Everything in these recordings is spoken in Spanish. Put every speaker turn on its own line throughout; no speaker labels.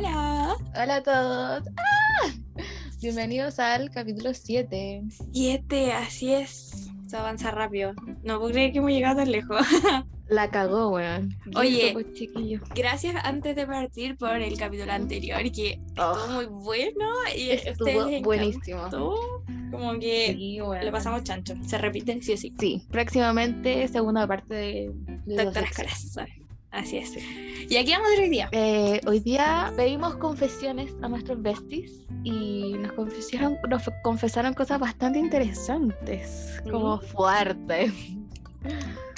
Hola a todos. ¡Ah! Bienvenidos al capítulo 7.
7, así es. Se avanza rápido. No puedo creer que hemos llegado tan lejos.
La cagó, weón.
Oye.
Pues, chiquillo.
Gracias antes de partir por el capítulo anterior, que estuvo
Oh,
muy bueno y
este
a ustedes
estuvo
les
buenísimo. Eh,
encantó. Como que
Sí, weón.
lo pasamos chancho. Se repite, sí o sí.
Sí, próximamente segunda parte de, de los
Doctoras
exes.
Caras. Así es. Y aquí vamos a ir hoy día.
Eh, hoy día pedimos confesiones a nuestros besties y nos confesaron, nos confesaron cosas bastante interesantes, como fuertes.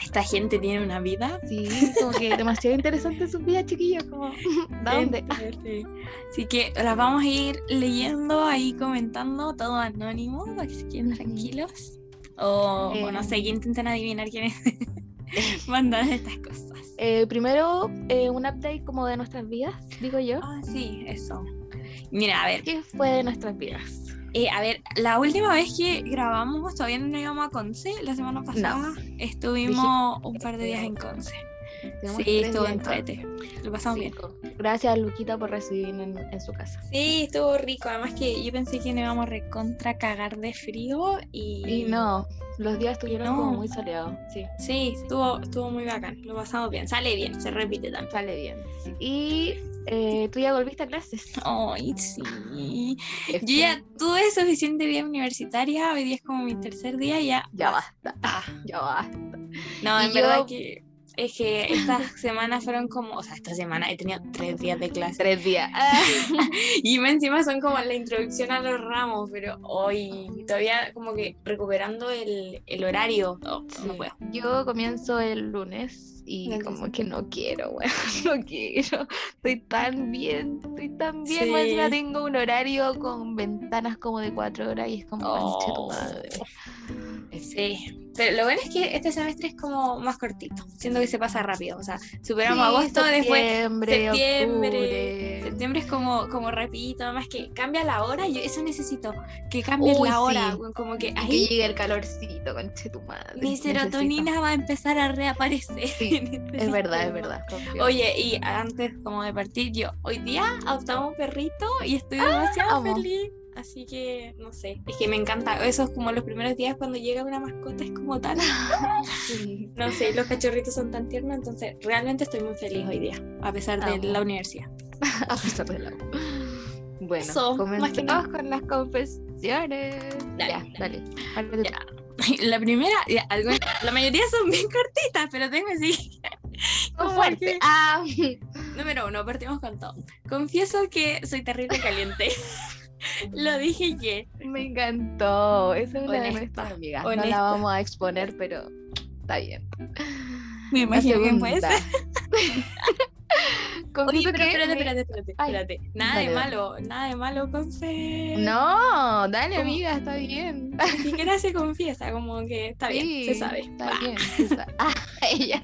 Esta gente tiene una vida.
Sí, como que demasiado interesante su vida, chiquillos, como ¿da dónde?
Increíble. Así que las vamos a ir leyendo, ahí comentando, todo anónimo, así que
Ujú.
tranquilos. O, o no
Eh.
sé, que intenten adivinar quién es. Mandan estas cosas.
Eh, primero, eh, un update como de nuestras vidas, digo yo.
Ah, sí, eso. Mira, a ver,
¿Qué fue de nuestras vidas?
eh, a ver, la última vez que grabamos todavía no íbamos a Conce, la semana pasada estuvimos un par de días en Conce.
Tenemos
Sí,
tres
estuvo
días en
entrete. Lo pasamos bien.
Cinco. Gracias, Luquita, por recibirnos en, en su casa.
Sí, estuvo rico. Además que yo pensé que nos íbamos a recontra cagar de frío y...
Y no, los días estuvieron
no.
como muy soleados. Sí,
Sí, estuvo, estuvo muy bacán. Lo pasamos bien. Sale bien, se repite también.
sale bien. sí. Y eh, tú ya volviste a clases.
Ay, sí. Yo ya tuve suficiente vida universitaria. Hoy día es como mi tercer día y ya.
Ya basta,
Ah,
ya basta.
no,
Y
en
yo-
verdad que es que estas semanas fueron como, o sea, esta semana he tenido tres días de clase
Tres días.
y más encima son como la introducción a los ramos, pero hoy todavía como que recuperando el, el horario, Oh, no, no puedo.
Yo comienzo el lunes y
Del
como
17.
que no quiero, weón, no quiero. Estoy tan bien, estoy tan bien. más
Sí.
encima tengo un horario con ventanas como de cuatro horas y es como, "Conche tu
Oh.
madre".
Sí, pero lo bueno es que este semestre es como más cortito, siento que se pasa rápido, o sea, superamos
Sí,
agosto, después
septiembre,
septiembre,
octubre.
septiembre es como, como rapidito, además que cambia la hora, yo eso necesito, que cambie
Uy,
la hora,
sí.
weón, como que
Y que
ahí
llegue el calorcito, conche tu madre.
mi serotonina va a empezar a reaparecer.
Sí,
en este
Necesito. Es verdad, es
sistema.
verdad. confío.
Oye, y antes como de partir yo, hoy día adoptamos un perrito y estoy demasiado
Ah, amo.
feliz. Así que, no sé, es que me encanta. Esos como los primeros días cuando llega una mascota es como tal.
Sí.
No sé, los cachorritos son tan tiernos, entonces realmente estoy muy feliz hoy día, a pesar de
Amo.
la universidad.
A pesar del agua. Bueno,
Eso, más que
comenzamos con las confesiones. ya, dale. Ábrete
Ya. La primera, ya, algún- la mayoría son bien cortitas, pero tengo así.
Con
Como
fuerte.
que-
Ah,
Número uno, partimos con todo. Confieso que soy terrible caliente. Lo dije que
me encantó. Esa es una de
Honesta,
nuestras amigas. No
honesta.
la vamos a exponer, pero está bien.
me
La
imagino que puede
segunda.
ser. Oye,
Confieso
pero
que
espérate,
me-
espérate, espérate,
Ay,
espérate. Nada
dale,
de
dale.
malo, nada de malo, Conce.
No, dale,
¿Cómo?
amiga, está bien.
Ni siquiera se confiesa, como que está bien, se
Sí,
sabe.
Está
Va.
bien, se sabe. Ah, ella.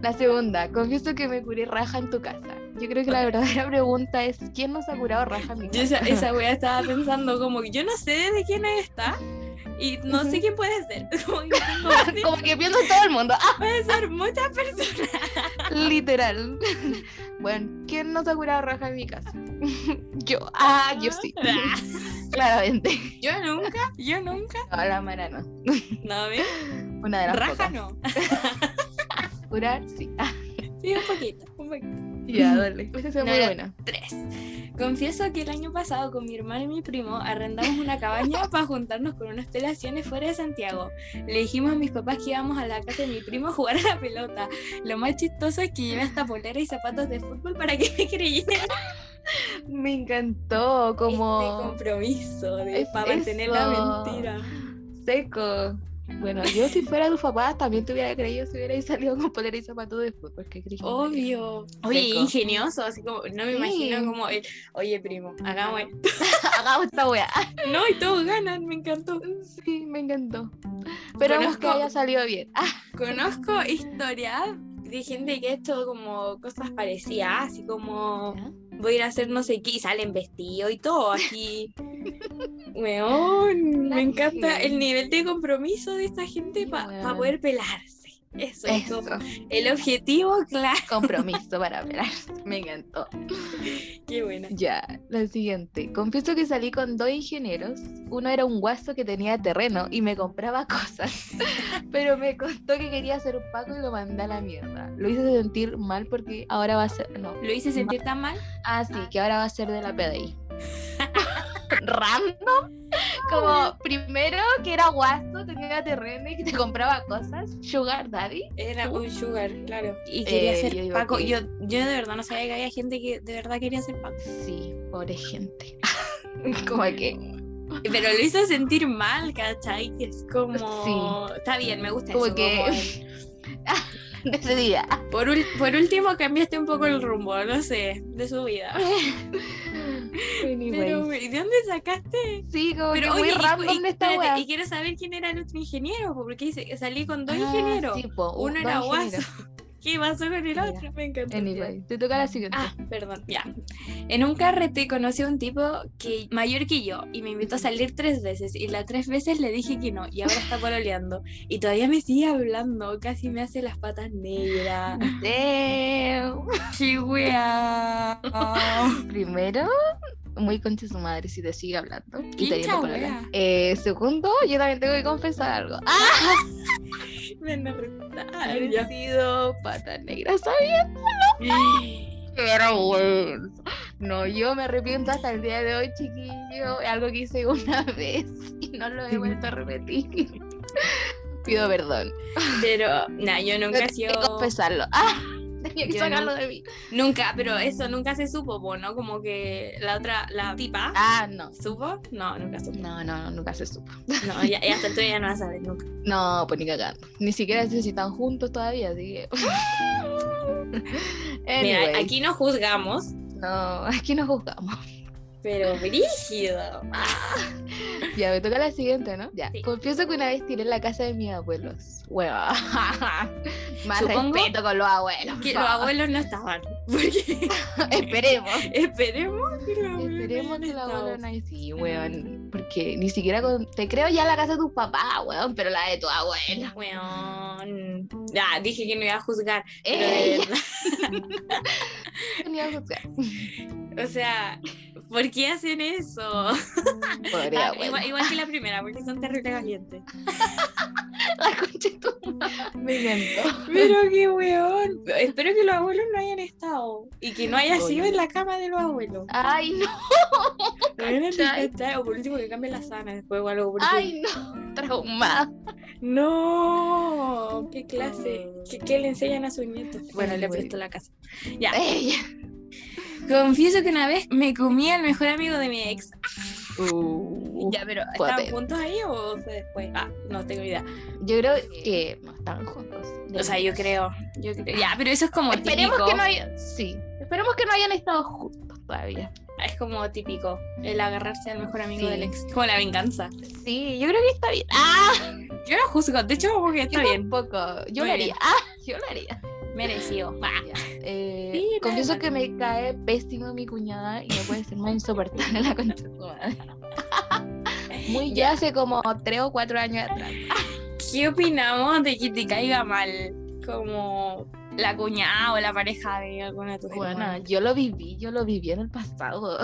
La segunda, confieso que me curé raja en tu casa. Yo creo que la verdadera pregunta es: ¿quién nos ha curado raja en mi
Yo esa,
casa?
esa wea estaba pensando como que yo no sé de quién está y no sé quién puede ser. Como que tengo-
Como que pienso en todo el mundo. Ah,
puede ser muchas personas.
literal. Bueno, ¿quién nos ha curado raja en mi casa? Yo. Ah, yo sí. Claramente.
Yo nunca, yo nunca.
No, la mala no.
No, ¿ves?
Una de las
Raja
pocas.
no.
Curar, sí. Ah,
Sí, un poquito, un poquito.
ya, dale. Esa es
No,
muy
ya.
buena.
Tres. Confieso que el año pasado con mi hermano y mi primo arrendamos una cabaña para juntarnos con unas pelaciones fuera de Santiago. Le dijimos a mis papás que íbamos a la casa de mi primo a jugar a la pelota. Lo más chistoso es que llevé hasta polera y zapatos de fútbol para que me creyeran
Me encantó.
este
Como.
compromiso de,
Es
para mantener la
eso.
mentira.
Seco. Bueno, yo si fuera tu papá también te hubiera creído si hubierais salido con polera y zapatos de fútbol. ¿Qué crees?
Obvio. Oye,
Seco.
ingenioso, así como, no me
Sí.
imagino como el, oye primo, hagamos esto.
Hagamos esta weá.
No, y todos ganan, me encantó.
Sí, me encantó. Esperamos que
Conozco-
haya salido bien. Ah,
Conozco historias de gente que ha hecho como cosas parecidas, así como voy a ir a hacer no sé qué y salen vestido y todo así. Weón, me encanta el nivel de compromiso de esta gente
Sí,
para
weón.
poder pelarse. Eso, es
Eso,
como el objetivo, claro.
compromiso para hablar. Me encantó.
Qué buena.
Ya, la siguiente. Confieso que salí con dos ingenieros. Uno era un guaso que tenía terreno y me compraba cosas, pero me contó que quería hacer un paco y lo mandé a la mierda. Lo hice sentir mal porque ahora va a ser. No.
Lo hice sentir tan mal.
Ah, sí, que ahora va a ser de la PDI. Random. Como primero que era guaso, tenía terreno y que te compraba cosas. Sugar Daddy.
Era
¿Tú?
un sugar, claro. Y quería
Eh,
ser
yo digo
Paco.
que-
Yo, yo de verdad no sabía que había gente que de verdad quería ser Paco.
Sí, pobre gente. como que.
Pero lo hizo sentir mal, ¿cachai? Que es como. Está bien, me gusta
Como
eso,
que-
el-
Decidida.
por, ul- por último, cambiaste un poco el rumbo, no sé, de su vida. Pero,
Anyways.
¿y ¿de dónde sacaste?
Sí, pues. como
Pero,
que muy
oye, y-
random
y,
esta
espérate,
wea.
y quiero saber quién era el otro ingeniero, porque dice- salí con dos
Ah,
ingenieros.
sí, po, u-
Uno
dos
era guaso.
ingenieros.
¿Qué pasó con el
Ya.
otro? Me encantó. ya.
Anyway, te toca la siguiente.
Ah, perdón, ya. En un carrete conocí a un tipo que mayor que yo y me invitó a salir tres veces y las tres veces le dije que no y ahora está pololeando y todavía me sigue hablando, casi me hace las patas negras.
Damn.
¡Qué wea!
Primero, muy concha su madre si te sigue hablando. Y
Quinta
teniendo por
wea.
hablar. Eh, segundo, yo también tengo que confesar algo. Ah,
Me van a retar,
he
ya.
sido pata negra, ¿sabías? Qué vergüenza. No, yo me arrepiento hasta el día de hoy, chiquillo. Es algo que hice una vez y no lo he vuelto a repetir. Pido perdón.
Pero, nah, yo nunca he
Tenía
sido...
que confesarlo. Ah, tenía que
Yo
sacarlo
nunca-
de mí.
Nunca, pero eso nunca se supo, po, ¿no? Como que la otra, la tipa,
Ah, no.
¿supo? No, nunca supo.
No, no, nunca se supo.
No, ya, ya hasta tú ya no vas a ver nunca.
No, pues ni cagando. Ni siquiera sé si están juntos todavía, así que.
Mira,
Anyway,
aquí no juzgamos,
No, aquí nos juzgamos.
pero brígido.
Ya, me toca la siguiente, ¿no? Ya.
Sí.
Confieso que una vez tiré en la casa de mis abuelos. Bueno, más
Supongo
respeto con los abuelos. por
Que los
favor.
abuelos no estaban. Porque
Esperemos.
esperemos que los abuelos
Esperemos
hayan
que los
estado.
abuelos no hay- Sí, weón. Porque ni siquiera con... te creo ya la casa de tus papás, weón, pero la de tu abuela.
Weón. Ya, dije que no iba a juzgar. Pero de
¡Ey!
verdad,
Ni a juzgar.
o sea, ¿por qué hacen eso?
Pobre
Ah,
abuela.
igual, igual que la primera, porque son terrible calientes.
La concha de tu madre. Me encantó.
Pero qué weón. Espero que los abuelos no hayan estado. Y que no haya sido
Oye.
en la cama de los abuelos.
Ay, no.
Weón,
¿cachai?
¿cachai? O por último que cambie la sana después o algo. porque-
Ay, no, traumada.
No, qué clase. ¿Qué, qué le enseñan a sus nietos? Bueno,
Ay,
le
güey.
prestó la casa. Ya.
Ella.
Confieso que una vez me comí al mejor amigo de mi ex.
Ya. Uh.
ya, pero
fuerte.
¿estaban juntos ahí o fue después? Ah, no tengo idea.
Yo creo que no están juntos.
O sea, yo creo. Yo creo. Ya, pero eso es como
Esperemos
típico.
que no hayan. Sí. Esperemos que no hayan estado juntos todavía.
Es como típico el agarrarse al mejor amigo
Sí.
del ex. Como la venganza.
Sí, yo creo que está bien. ¡Ah!
Yo no juzgo. De hecho, porque está
yo
bien.
tampoco. Yo
Muy
lo
bien.
haría. ¡Ah! Yo lo haría.
Merecido. Ah,
Ya. Eh,
Sí, nada
confieso
malo.
que me cae pésimo mi cuñada y no puede ser más insoportable la concha de su madre. Muy ya hace como tres o cuatro años atrás.
¿Qué opinamos de que te caiga mal? Como la cuñada o la pareja de alguna de tus
pues, Bueno,
hermanas.
yo lo viví, yo lo viví en el pasado.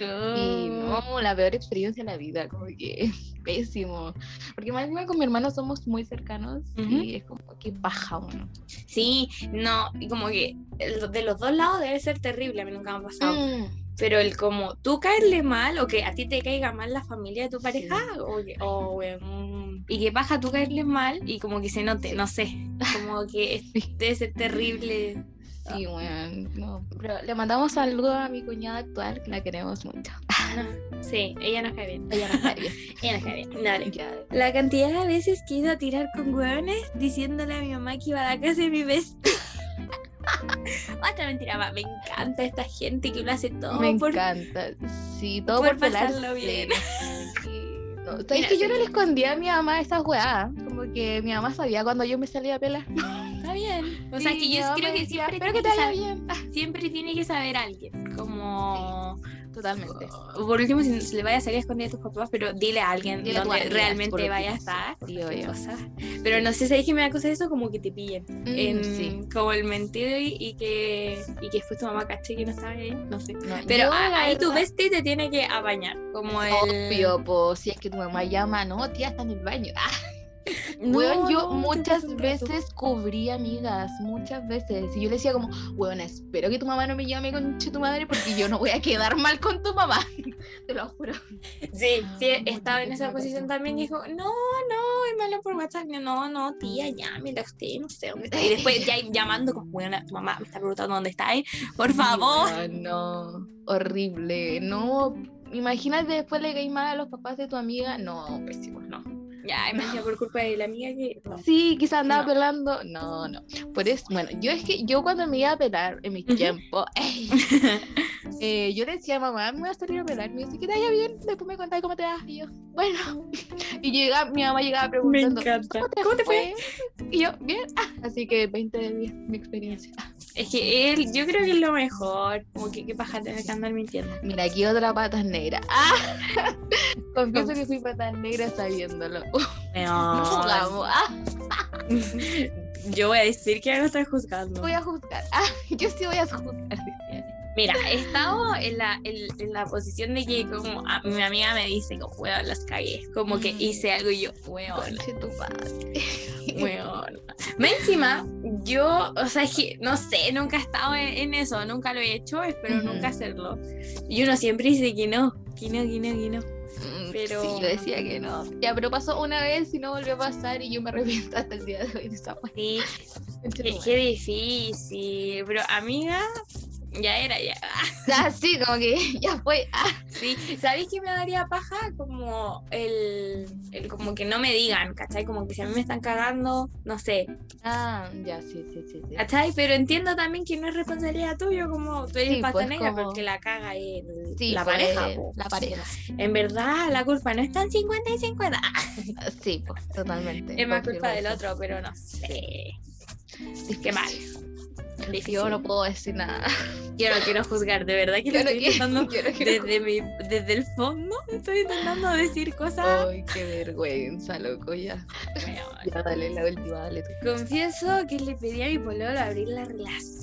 Y
Ah.
no, la peor experiencia de la vida, como que pésimo. Porque más encima con mi hermano somos muy cercanos
Ujú.
y es como que baja uno.
Sí, no, y como que el- de los dos lados debe ser terrible, a mí nunca me ha pasado.
Mm.
Pero el como tú caerle mal o que a ti te caiga mal la familia de tu pareja, o que, oh, weón, y que baja tú caerle mal y como que se note,
Sí.
no sé, como que es-
Sí.
debe ser terrible.
Sí,
Ah.
bueno, no. Pero le mandamos saludos a mi cuñada actual, que la queremos mucho.
No, sí, ella nos cae bien,
Ella nos cae bien.
ella nos cae bien, dale.
Ya.
La cantidad de veces que he ido a tirar con hueones diciéndole a mi mamá que iba a la casa de mi bestia. Otra mentira más. Me encanta esta gente que lo hace todo
Me
por
encanta. Sí, todo
por
por, pelarse.
pasarlo bien.
Sí. No, ¿sabes
Mira,
que yo
sí.
no le escondía a mi mamá esa weá. Como que mi mamá sabía cuando yo me salía a pelar.
Está bien. O sea,
Sí,
que
mi
yo
mamá
creo
me
que Ah,
decía,
siempre tiene que,
Espero que te vaya
saber,
bien.
siempre tiene que saber alguien. Como,
totalmente.
O por último, si se le vaya a salir a esconder a tus papás, pero dile a alguien
Dile a tu
donde
amiga, por
realmente
último,
vaya a estar.
sí, obvio.
Cosa. Pero no sé, ¿sabes que me da cosa eso? Como que te pillen.
Mm,
en-
sí.
Como el mentir y, y que, y que después tu mamá caché que no estaba ahí. No sé.
No,
Pero
yo,
a-
la
ahí tu
verdad,
bestia te tiene que apañar. Como el.
Obvio, pues si es que tu mamá llama, no, tía, está en el baño. Ah,
No,
Weón, yo
no, te
muchas
pasas un rato.
veces cubrí amigas, muchas veces. Y yo le decía como, weón, espero que tu mamá no me llame conche tu madre porque yo no voy a quedar mal con tu mamá. Te lo juro.
Sí, sí,
Ah,
estaba en
bueno,
esa
eso me
posición
pasó.
también. Dijo, no, no, es malo por WhatsApp. Yo, No, no, tía, llámela usted, no sé dónde está. Y después ya llamando, como, bueno, tu mamá me está preguntando dónde está, ahí, por favor.
Ay, Ah, no, horrible. No, imagínate después le caí mal a los papás de tu amiga. No, pésimo, no.
Ya, me decía por culpa de la amiga que. no.
Sí, quizás andaba
No.
pelando. No, no. Por eso, bueno, yo es que yo cuando me iba a pelar en mi
Ujú.
tiempo, eh, yo le decía a mamá, me voy a salir a pelar. Me dice, que te vaya bien, después me contás cómo te vas. Y yo, bueno. Y llega, mi mamá llegaba
me
preguntando,
encanta.
¿cómo te,
¿Cómo te fue?
fue? Y yo, bien. Ah, Así que 20 de 10, mi experiencia.
Es que él, yo creo que es lo mejor. Como que qué paja tener que andar mintiendo.
Mira, aquí otra pata negra. Ah, Confieso que fui pata negra sabiéndolo. No jugamos. Ah,
Yo voy a decir que ahora estoy juzgando.
voy a juzgar. Ah, yo sí voy a juzgar. decía.
Mira, he estado en la, en, en la posición de que como a- mi amiga me dice, como, weón, las cagué. Como que
Mm.
hice algo y yo, weón,
Conche tu madre.
weón. Más encima, yo, o sea, es que, no sé, nunca he estado en, en eso, nunca lo he hecho, espero
Ujú.
nunca hacerlo. Y uno siempre dice que no, que no, que no, que no.
Mm,
Pero-
Sí, yo decía que no. Ya, pero pasó una vez y no volvió a pasar y yo me arrepiento hasta el día de hoy de esa wea.
Sí,
Conche tu
qué,
madre.
qué difícil. Pero amiga, ya era, ya.
Ah, sí, como que ya fue. Ah,
Sí, ¿sabéis que me daría paja? Como el, el- como que no me digan, ¿cachai? Como que si a mí me están cagando, no sé,
ah, ya, sí, sí, sí. sí.
¿cachai? Pero entiendo también que no es responsabilidad tuya, como tú eres
Sí,
pata
pues,
negra,
como-
porque la caga el,
Sí,
la
pues,
pareja. po.
La pareja.
En verdad, la culpa no está en 50 y 50.
Ah, Sí, pues, totalmente.
es más
confirmo
culpa del
eso.
otro, pero no sé. Qué
Difícil.
mal. Difícil.
Yo no puedo decir nada.
Yo no quiero juzgar, de verdad que lo
Yo no
estoy
quiero-
intentando
yo no quiero
desde, mi, desde el fondo, estoy intentando decir cosas.
Ay, qué vergüenza, loco, ya.
Weón.
Oh, Ya, dale la última, dale tú.
Confieso que le pedí a mi pololo abrir la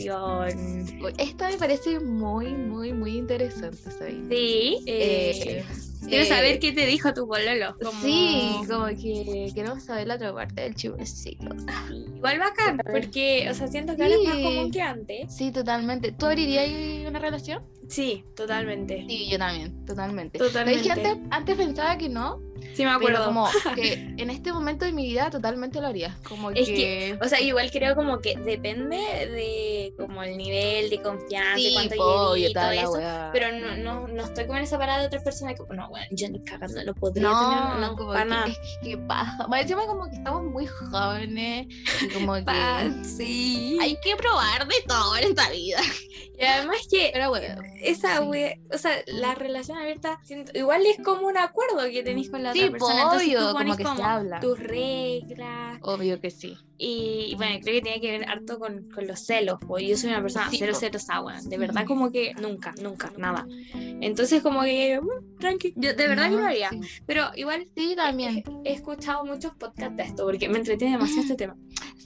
relación.
Esta me parece muy, muy, muy interesante, ¿sabes?
Sí. eh,
Eh,
quiero
eh,
saber qué te dijo tu pololo. como-
Sí, como que queremos saber la otra parte del chivecito.
Igual bacán, porque, o sea, siento que ahora es más
Sí.
común que antes.
Sí, totalmente. ¿Tú abrirías una relación?
Sí, totalmente.
Sí, yo también, totalmente. Es que antes,
Totalmente.
antes pensaba que no,
Sí, me
pero
acuerdo.
como que en este momento de mi vida totalmente lo haría. Como
Es que-
que...
O sea, igual creo como que depende de como el nivel de confianza,
sí,
cuánto
po,
lleví
yo
y todo
estaba la
eso.
weá.
Pero no, no, no estoy como en esa parada de otras personas que, no, bueno, yo ni cagando lo podría
No,
tener, no,
como
para
que,
nada.
es que qué paja. Más encima como que estamos muy jóvenes y como que
Pa- sí.
hay que probar de todo en esta vida.
Y además que
Pero bueno,
Esa,
Sí.
wea- o sea, la relación abierta, siento- igual es como un acuerdo que tenéis con la
sí,
otra
po,
persona. Entonces tú
obvio,
pones
como que se habla.
tus reglas
Obvio que sí.
y, y bueno, creo que tiene que ver harto con, con los celos, porque yo soy una persona
Sí,
cero,
po.
cero agua, de verdad como que nunca, nunca, nada. Entonces como que, mm, tranqui, yo de verdad que lo
No,
haría,
Ah, Sí,
pero igual
Sí, también.
he escuchado muchos podcasts de esto, porque me entretiene demasiado este tema.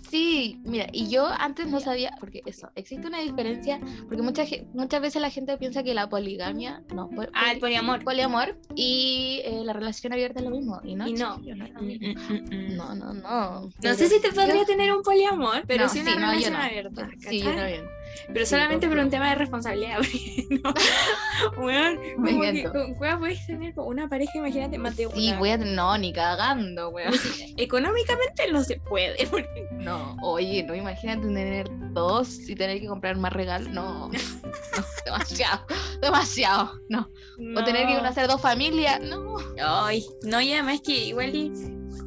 Sí, mira, y yo antes no sabía, porque eso, existe una diferencia, porque mucha, ge- muchas veces la gente piensa que la poligamia, no, po-
Ah, el poliamor.
poliamor y eh, la relación abierta es lo mismo, y no,
Y no.
chiquillo, es lo
Mm,
mismo.
mm, mm, mm.
No, no, no.
No
Pero
sé si te
yo-
podría tener un poliamor, pero
no,
sí una
no, yo
relación
no.
abierta.
Sí, yo
¿cachai?
también.
Pero
Sí,
solamente por
confirmo.
un tema de responsabilidad. porque no. Weón,
Me
como que
encantó.
con cueva podéis tener como una pareja, imagínate, más de
Sí,
una.
voy a... No, ni cagando, weón.
Económicamente no se puede. porque-
No, oye, no imagínate tener dos y tener que comprar más regalos. No, no, demasiado, demasiado. No. O tener que
no.
hacer dos familias. No.
Ay, no, y además que igual. y-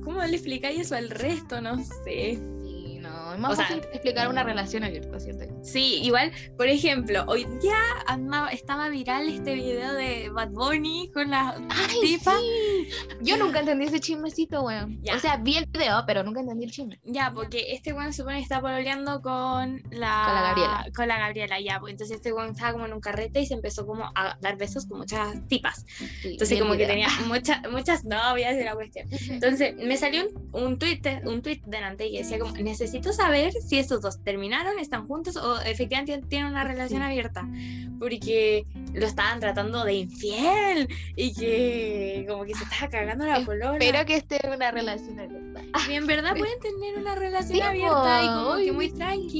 ¿Cómo le explicáis eso al resto? No sé.
Sí, no, Es más
O sea-
fácil explicar una relación abierta, ¿cierto?
Sí, igual, por ejemplo, hoy día ama- estaba viral este video de Bad Bunny con la tipa.
sí! Yo nunca entendí ese chismecito, weón.
Ya.
O sea, vi el video, pero nunca entendí el chisme.
Ya, porque este weón supone que está pololeando con la...
Con la Gabriela.
Con la Gabriela, ya. pues, entonces este weón estaba como en un carrete y se empezó como a dar besos con muchas tipas.
Sí, vi
Entonces
el
como que
video.
tenía mucha- muchas novias de la cuestión. Entonces me salió un, un tweet un tweet delante que decía como, necesito saber si estos dos terminaron, están juntos o efectivamente tienen una relación abierta. Porque lo estaban tratando de infiel y que como que se estaba cagando la polola.
Espero que esté en una relación abierta.
Y en verdad pueden tener una relación
Sí,
abierta y como
po,
que muy
sí.
tranqui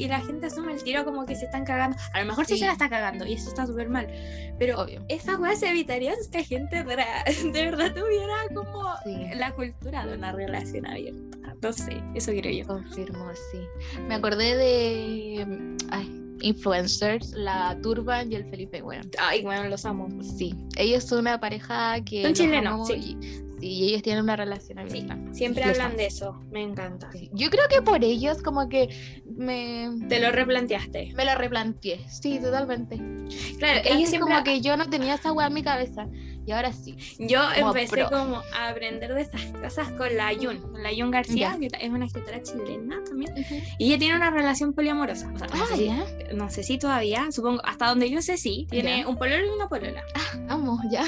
y, y la gente asume el tiro como que se están cagando. A lo mejor sí,
Sí.
se la está cagando y eso está súper mal. Pero
Obvio.
esa weá se evitaría si la gente dra- de verdad tuviera como
Sí.
la cultura de una relación abierta. No sé, eso creo yo.
Confirmo, sí. Me acordé de mm, ay, influencers, la Turban y el Felipe, weón.
Ay, bueno, los amo.
Sí, ellos son una pareja que...
Son
los
chilenos,
amo
sí.
Y, sí, y ellos tienen una relación abierta.
Siempre
Los
hablan
amo.
de eso, me encanta.
Sí. Yo creo que por ellos como que me,
Te lo replanteaste.
me lo replanteé. Sí, totalmente.
Claro,
Porque
ellos
antes
siempre
como que yo no tenía esa weá en mi cabeza. Y ahora sí.
Yo
como
empecé
pro.
como a aprender de estas cosas con la Yun, con la Yun García,
Ya.
que ta- es una escritora chilena también. Y ella tiene una relación poliamorosa. O sea, no,
Ah,
sé si,
ya.
no sé si todavía, supongo, hasta donde yo sé sí. Tiene
Ya.
un pololo y una polola.
Vamos, ya.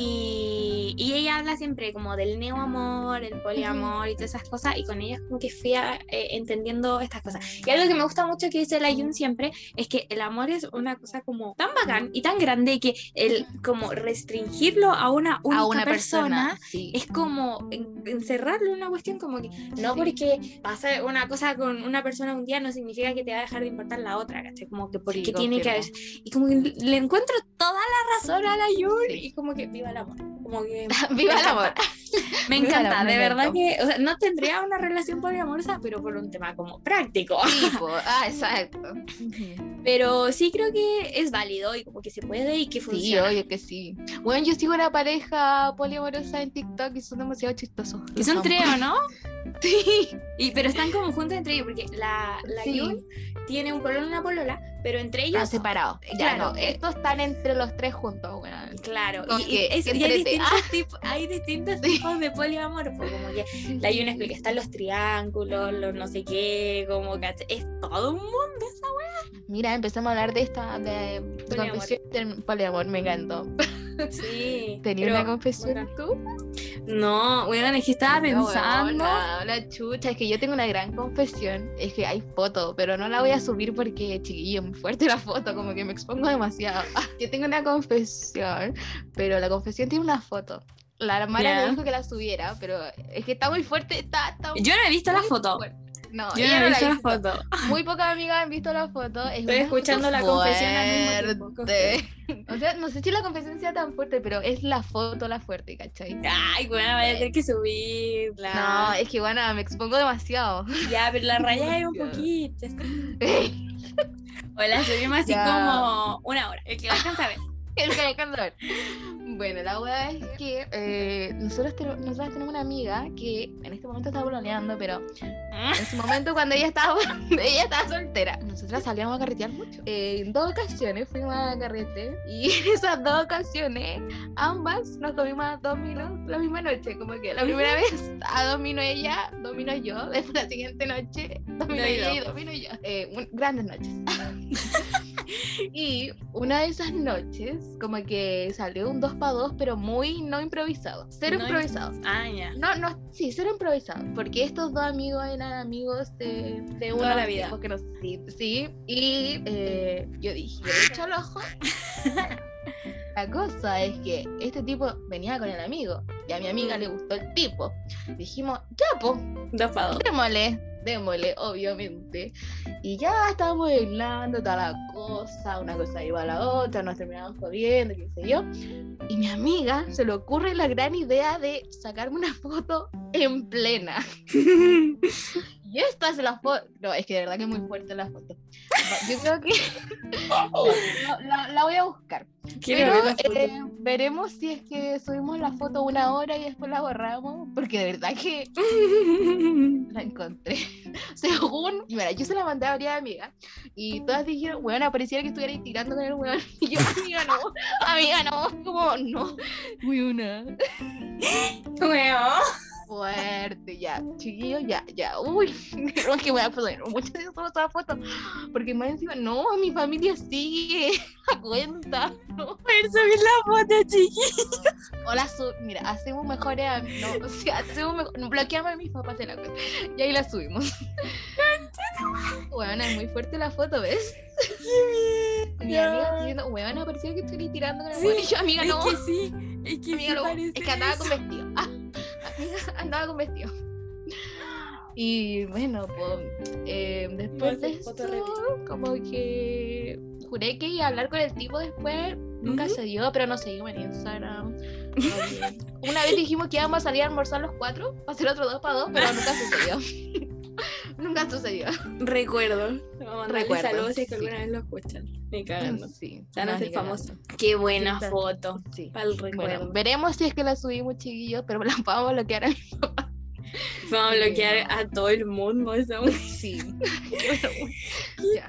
Y, y ella habla siempre como del neoamor, el poliamor y todas esas cosas. Y con ella como que fui a- eh, entendiendo estas cosas. Y algo que me gusta mucho que dice la Yun siempre es que el amor es una cosa como tan bacán y tan grande que el como restringirlo a una única
A una
persona
persona. sí.
es como en- encerrarlo en una cuestión como que no
Sí.
porque pasa una cosa con una persona un día no significa que te va a dejar de importar la otra, ¿cachai? Como que porque
Sí,
tiene que haber...
confirmo.
Y como que le encuentro toda la razón a la Yun
Sí.
y como que viva el amor. Como que
¡Viva el amor!
me
Viva el
encanta,
amor,
de
me
verdad
encantó.
que o sea, no tendría una relación poliamorosa, pero por un tema como práctico.
Sí, po. Ah, exacto. Ujú.
Pero sí creo que es válido y como que se puede y que
Sí,
funciona.
obvio que sí. Bueno, yo sigo una pareja poliamorosa en TikTok y son demasiado chistosos.
que son
tres
trío, ¿no?
Sí.
Y, pero están como juntos entre ellos, porque la, la
Sí.
Yun tiene un pololo y una polola, pero entre
Ah,
ellos
separados.
eh,
Ya,
claro,
no.
eh.
Estos están entre los tres juntos, weón.
Claro,
Como
y, y
que
es- y hay,
entrete-
distintos tip- hay distintos tipos de poliamor, po, como que la Yuna explica, están los triángulos, los no sé qué, como que es todo un mundo esa wea.
Mira, empezamos a hablar de esta de de
Poliamor.
confesión del poliamor, me encantó.
Sí.
¿Tenía
pero-
una confesión tú?
No, weón, es que estaba
No,
pensando.
weona, la chucha, es que yo tengo una gran confesión, es que hay foto, pero no la voy a subir porque, chiquillo, es muy fuerte la foto, como que me expongo demasiado. Ah, Yo tengo una confesión, pero la confesión tiene una foto. La Mara
Ya.
me dijo que la subiera, pero es que está muy fuerte, está, está
Yo no he visto la
muy
foto.
fuerte. No,
Yo
ella
no he
la
visto la
hizo.
foto.
Muy pocas amigas han visto la foto. es
Estoy
una
escuchando
foto
la confesión al mismo tiempo,
fuerte. O sea, no sé si la confesión sea tan fuerte, pero es la foto la fuerte, ¿cachai?
Ay, weón, voy a tener que subirla.
No, es que bueno, me expongo demasiado.
Ya, pero la raya es un
Demasiado.
poquito. O la subimos así
Ya.
como una hora. El que la alcanza a ver.
El que alcanza a ver. Bueno, la verdad es que eh, nosotros ten- nosotras tenemos una amiga que en este momento está boloneando, pero en su momento cuando ella estaba, ella estaba soltera, nosotras salíamos a carretear mucho. Eh, en dos ocasiones fuimos a carrete y en esas dos ocasiones ambas nos comimos a dominos la misma noche, como que la primera vez a domino ella, domino yo, después la siguiente noche domino
Yo y
ella
yo.
y domino yo. Eh, un- grandes noches. Y una de esas noches, como que salió un 2 para 2 pero muy no improvisado. Cero
No
improvisado.
Ah, ya.
No, no, sí, cero improvisado. Porque estos dos amigos eran amigos de, de
Toda
unos
la vida.
tiempos Que no, sí, sí. Y eh, yo dije, yo le echo el ojo. La cosa es que este tipo venía con el amigo y a mi amiga
Mm.
le gustó el tipo. Dijimos, ya, po,
Dos pa' dos.
démosle, démosle, obviamente. Y ya estábamos bailando, toda la cosa, una cosa iba a la otra, nos terminamos jodiendo, qué sé yo. Y mi amiga se le ocurre la gran idea de sacarme una foto en plena. Y esta es la foto. No, es que de verdad que es muy fuerte la foto. Yo creo que la, la- la voy a buscar.
Quiero ver
Pero
la foto.
eh, veremos si es que subimos la foto una hora y después la borramos, porque de verdad que la encontré. según, mira, yo se la mandé a varias amigas y todas dijeron, bueno, pareciera que estuviera tirando con el weón. Y yo, amiga, no, amiga, no, como, no, weona.
eh, Weón.
Fuerte, ya, chiquillo, ya, ya, uy, creo que voy a poner muchas de solo estaba foto, porque más encima, no, mi familia sigue la cuenta, no,
Ver, subir la foto, chiqui.
hola, su- mira, hacemos mejores, am- no, o sea, hacemos mejor, bloqueamos a mis papás de la cuenta, y ahí la subimos. Huevona, es muy fuerte la foto, ¿ves? Mi amiga diciendo, huevona, parecía que estoy tirando con el
Sí,
hueón", y yo, amiga, no.
Es que sí, es que
Amiga,
sí
lo-
parece
es que andaba
eso.
con vestido. Ah, amiga, andaba con vestido. Y bueno, pues eh,
No,
después de
sí,
eso,
foto repetida.
como que juré que iba a hablar con el tipo después. Nunca
Ujú.
se dio, pero nos seguimos en Instagram. Um, Una vez dijimos que íbamos a salir a almorzar los cuatro, para hacer otro dos para dos, pero nunca sucedió. nunca sucedió.
Recuerdo. Vamos a
Recuerdo,
Recuerdo. Saludos si es que
sí.
alguna vez lo escuchan. Me cagando.
Sí,
Se van a
no,
hacer
ni cagando.
famosos. Qué buena
Sí, está.
foto.
Sí.
Para el
Bueno,
recuerdo.
veremos si es que la subimos, chiquillos, pero la vamos a bloquear a
Vamos a
sí.
bloquear a todo el mundo. Esa
Sí. Bueno, ya.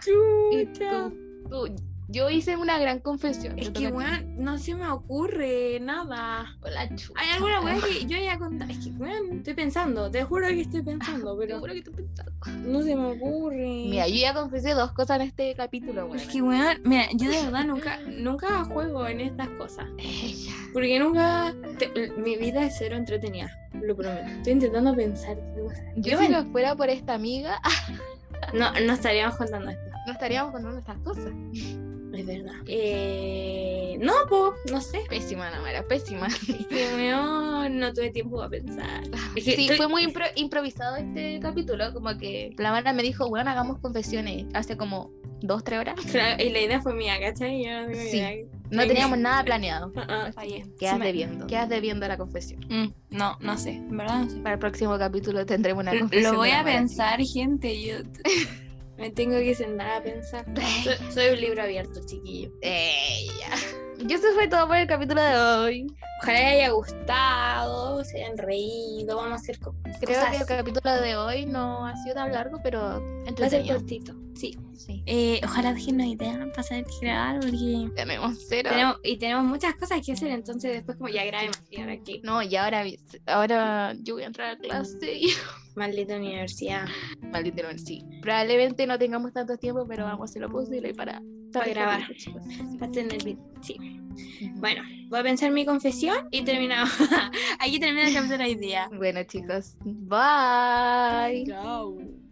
Y
chucha.
tú, tú, yo hice una gran confesión.
Es
te
que,
toca a ti.
weón, no se me ocurre nada.
Hola, chu-
Hay alguna weá que yo haya contado. Es que, weón, estoy pensando. Te juro que estoy pensando, pero
Ah, Seguro que tú pensaste.
no se me ocurre.
Mira, yo ya confesé dos cosas en este capítulo,
Es
weona.
que, weón, mira, yo de verdad nunca, nunca juego en estas cosas.
Ella.
Porque nunca. te- mi vida es cero entretenida, lo prometo. Estoy intentando pensar.
Yo si no fuera por esta amiga, ah,
No, no estaríamos contando esto.
no estaríamos contando estas cosas.
Es verdad. Eh, no, po, no sé.
Pésima, no, era pésima.
Es que, weón, no tuve tiempo para pensar. Es que
Sí,
estoy-
fue muy impro- improvisado este capítulo, como que la banda me dijo, bueno, hagamos confesiones hace como dos, tres horas.
claro, y la idea fue mía, ¿cachai? Yo no tengo
Sí.
idea.
No
Sí.
teníamos nada planeado.
Ah, ah, fallé.
Quedas
Sí me-
debiendo. Quedas debiendo la confesión.
Mm, no, no sé. En verdad no sé.
Para el próximo capítulo tendremos una
L-
confesión.
Lo voy
de la
a
Mara.
pensar, gente. Yo me tengo que sentar a pensar. Soy, soy un libro abierto, chiquillo.
Ella. Y eso fue todo por el capítulo de hoy.
Ojalá les haya gustado, se hayan reído. Vamos a hacer co-
Creo
cosas.
que el capítulo de hoy no ha sido tan largo, pero
Va a ser
entretenido.
cortito. Sí.
Sí.
Eh, ojalá dejen idea para saber grabar porque
Tenemos cero.
tenemos, y tenemos muchas cosas que hacer. Entonces, después, como ya grabemos. Y ahora qué.
No, y ahora, ahora yo voy a entrar a clase y
Maldita universidad.
maldito no, sí. Probablemente no tengamos tanto tiempo, pero vamos a hacer lo posible para,
Para grabar.
chicos.
Va a tener. Sí. Bueno, voy a pensar mi confesión y terminamos. Aquí termina el capítulo de hoy día.
Bueno, chicos. Bye.
Chao.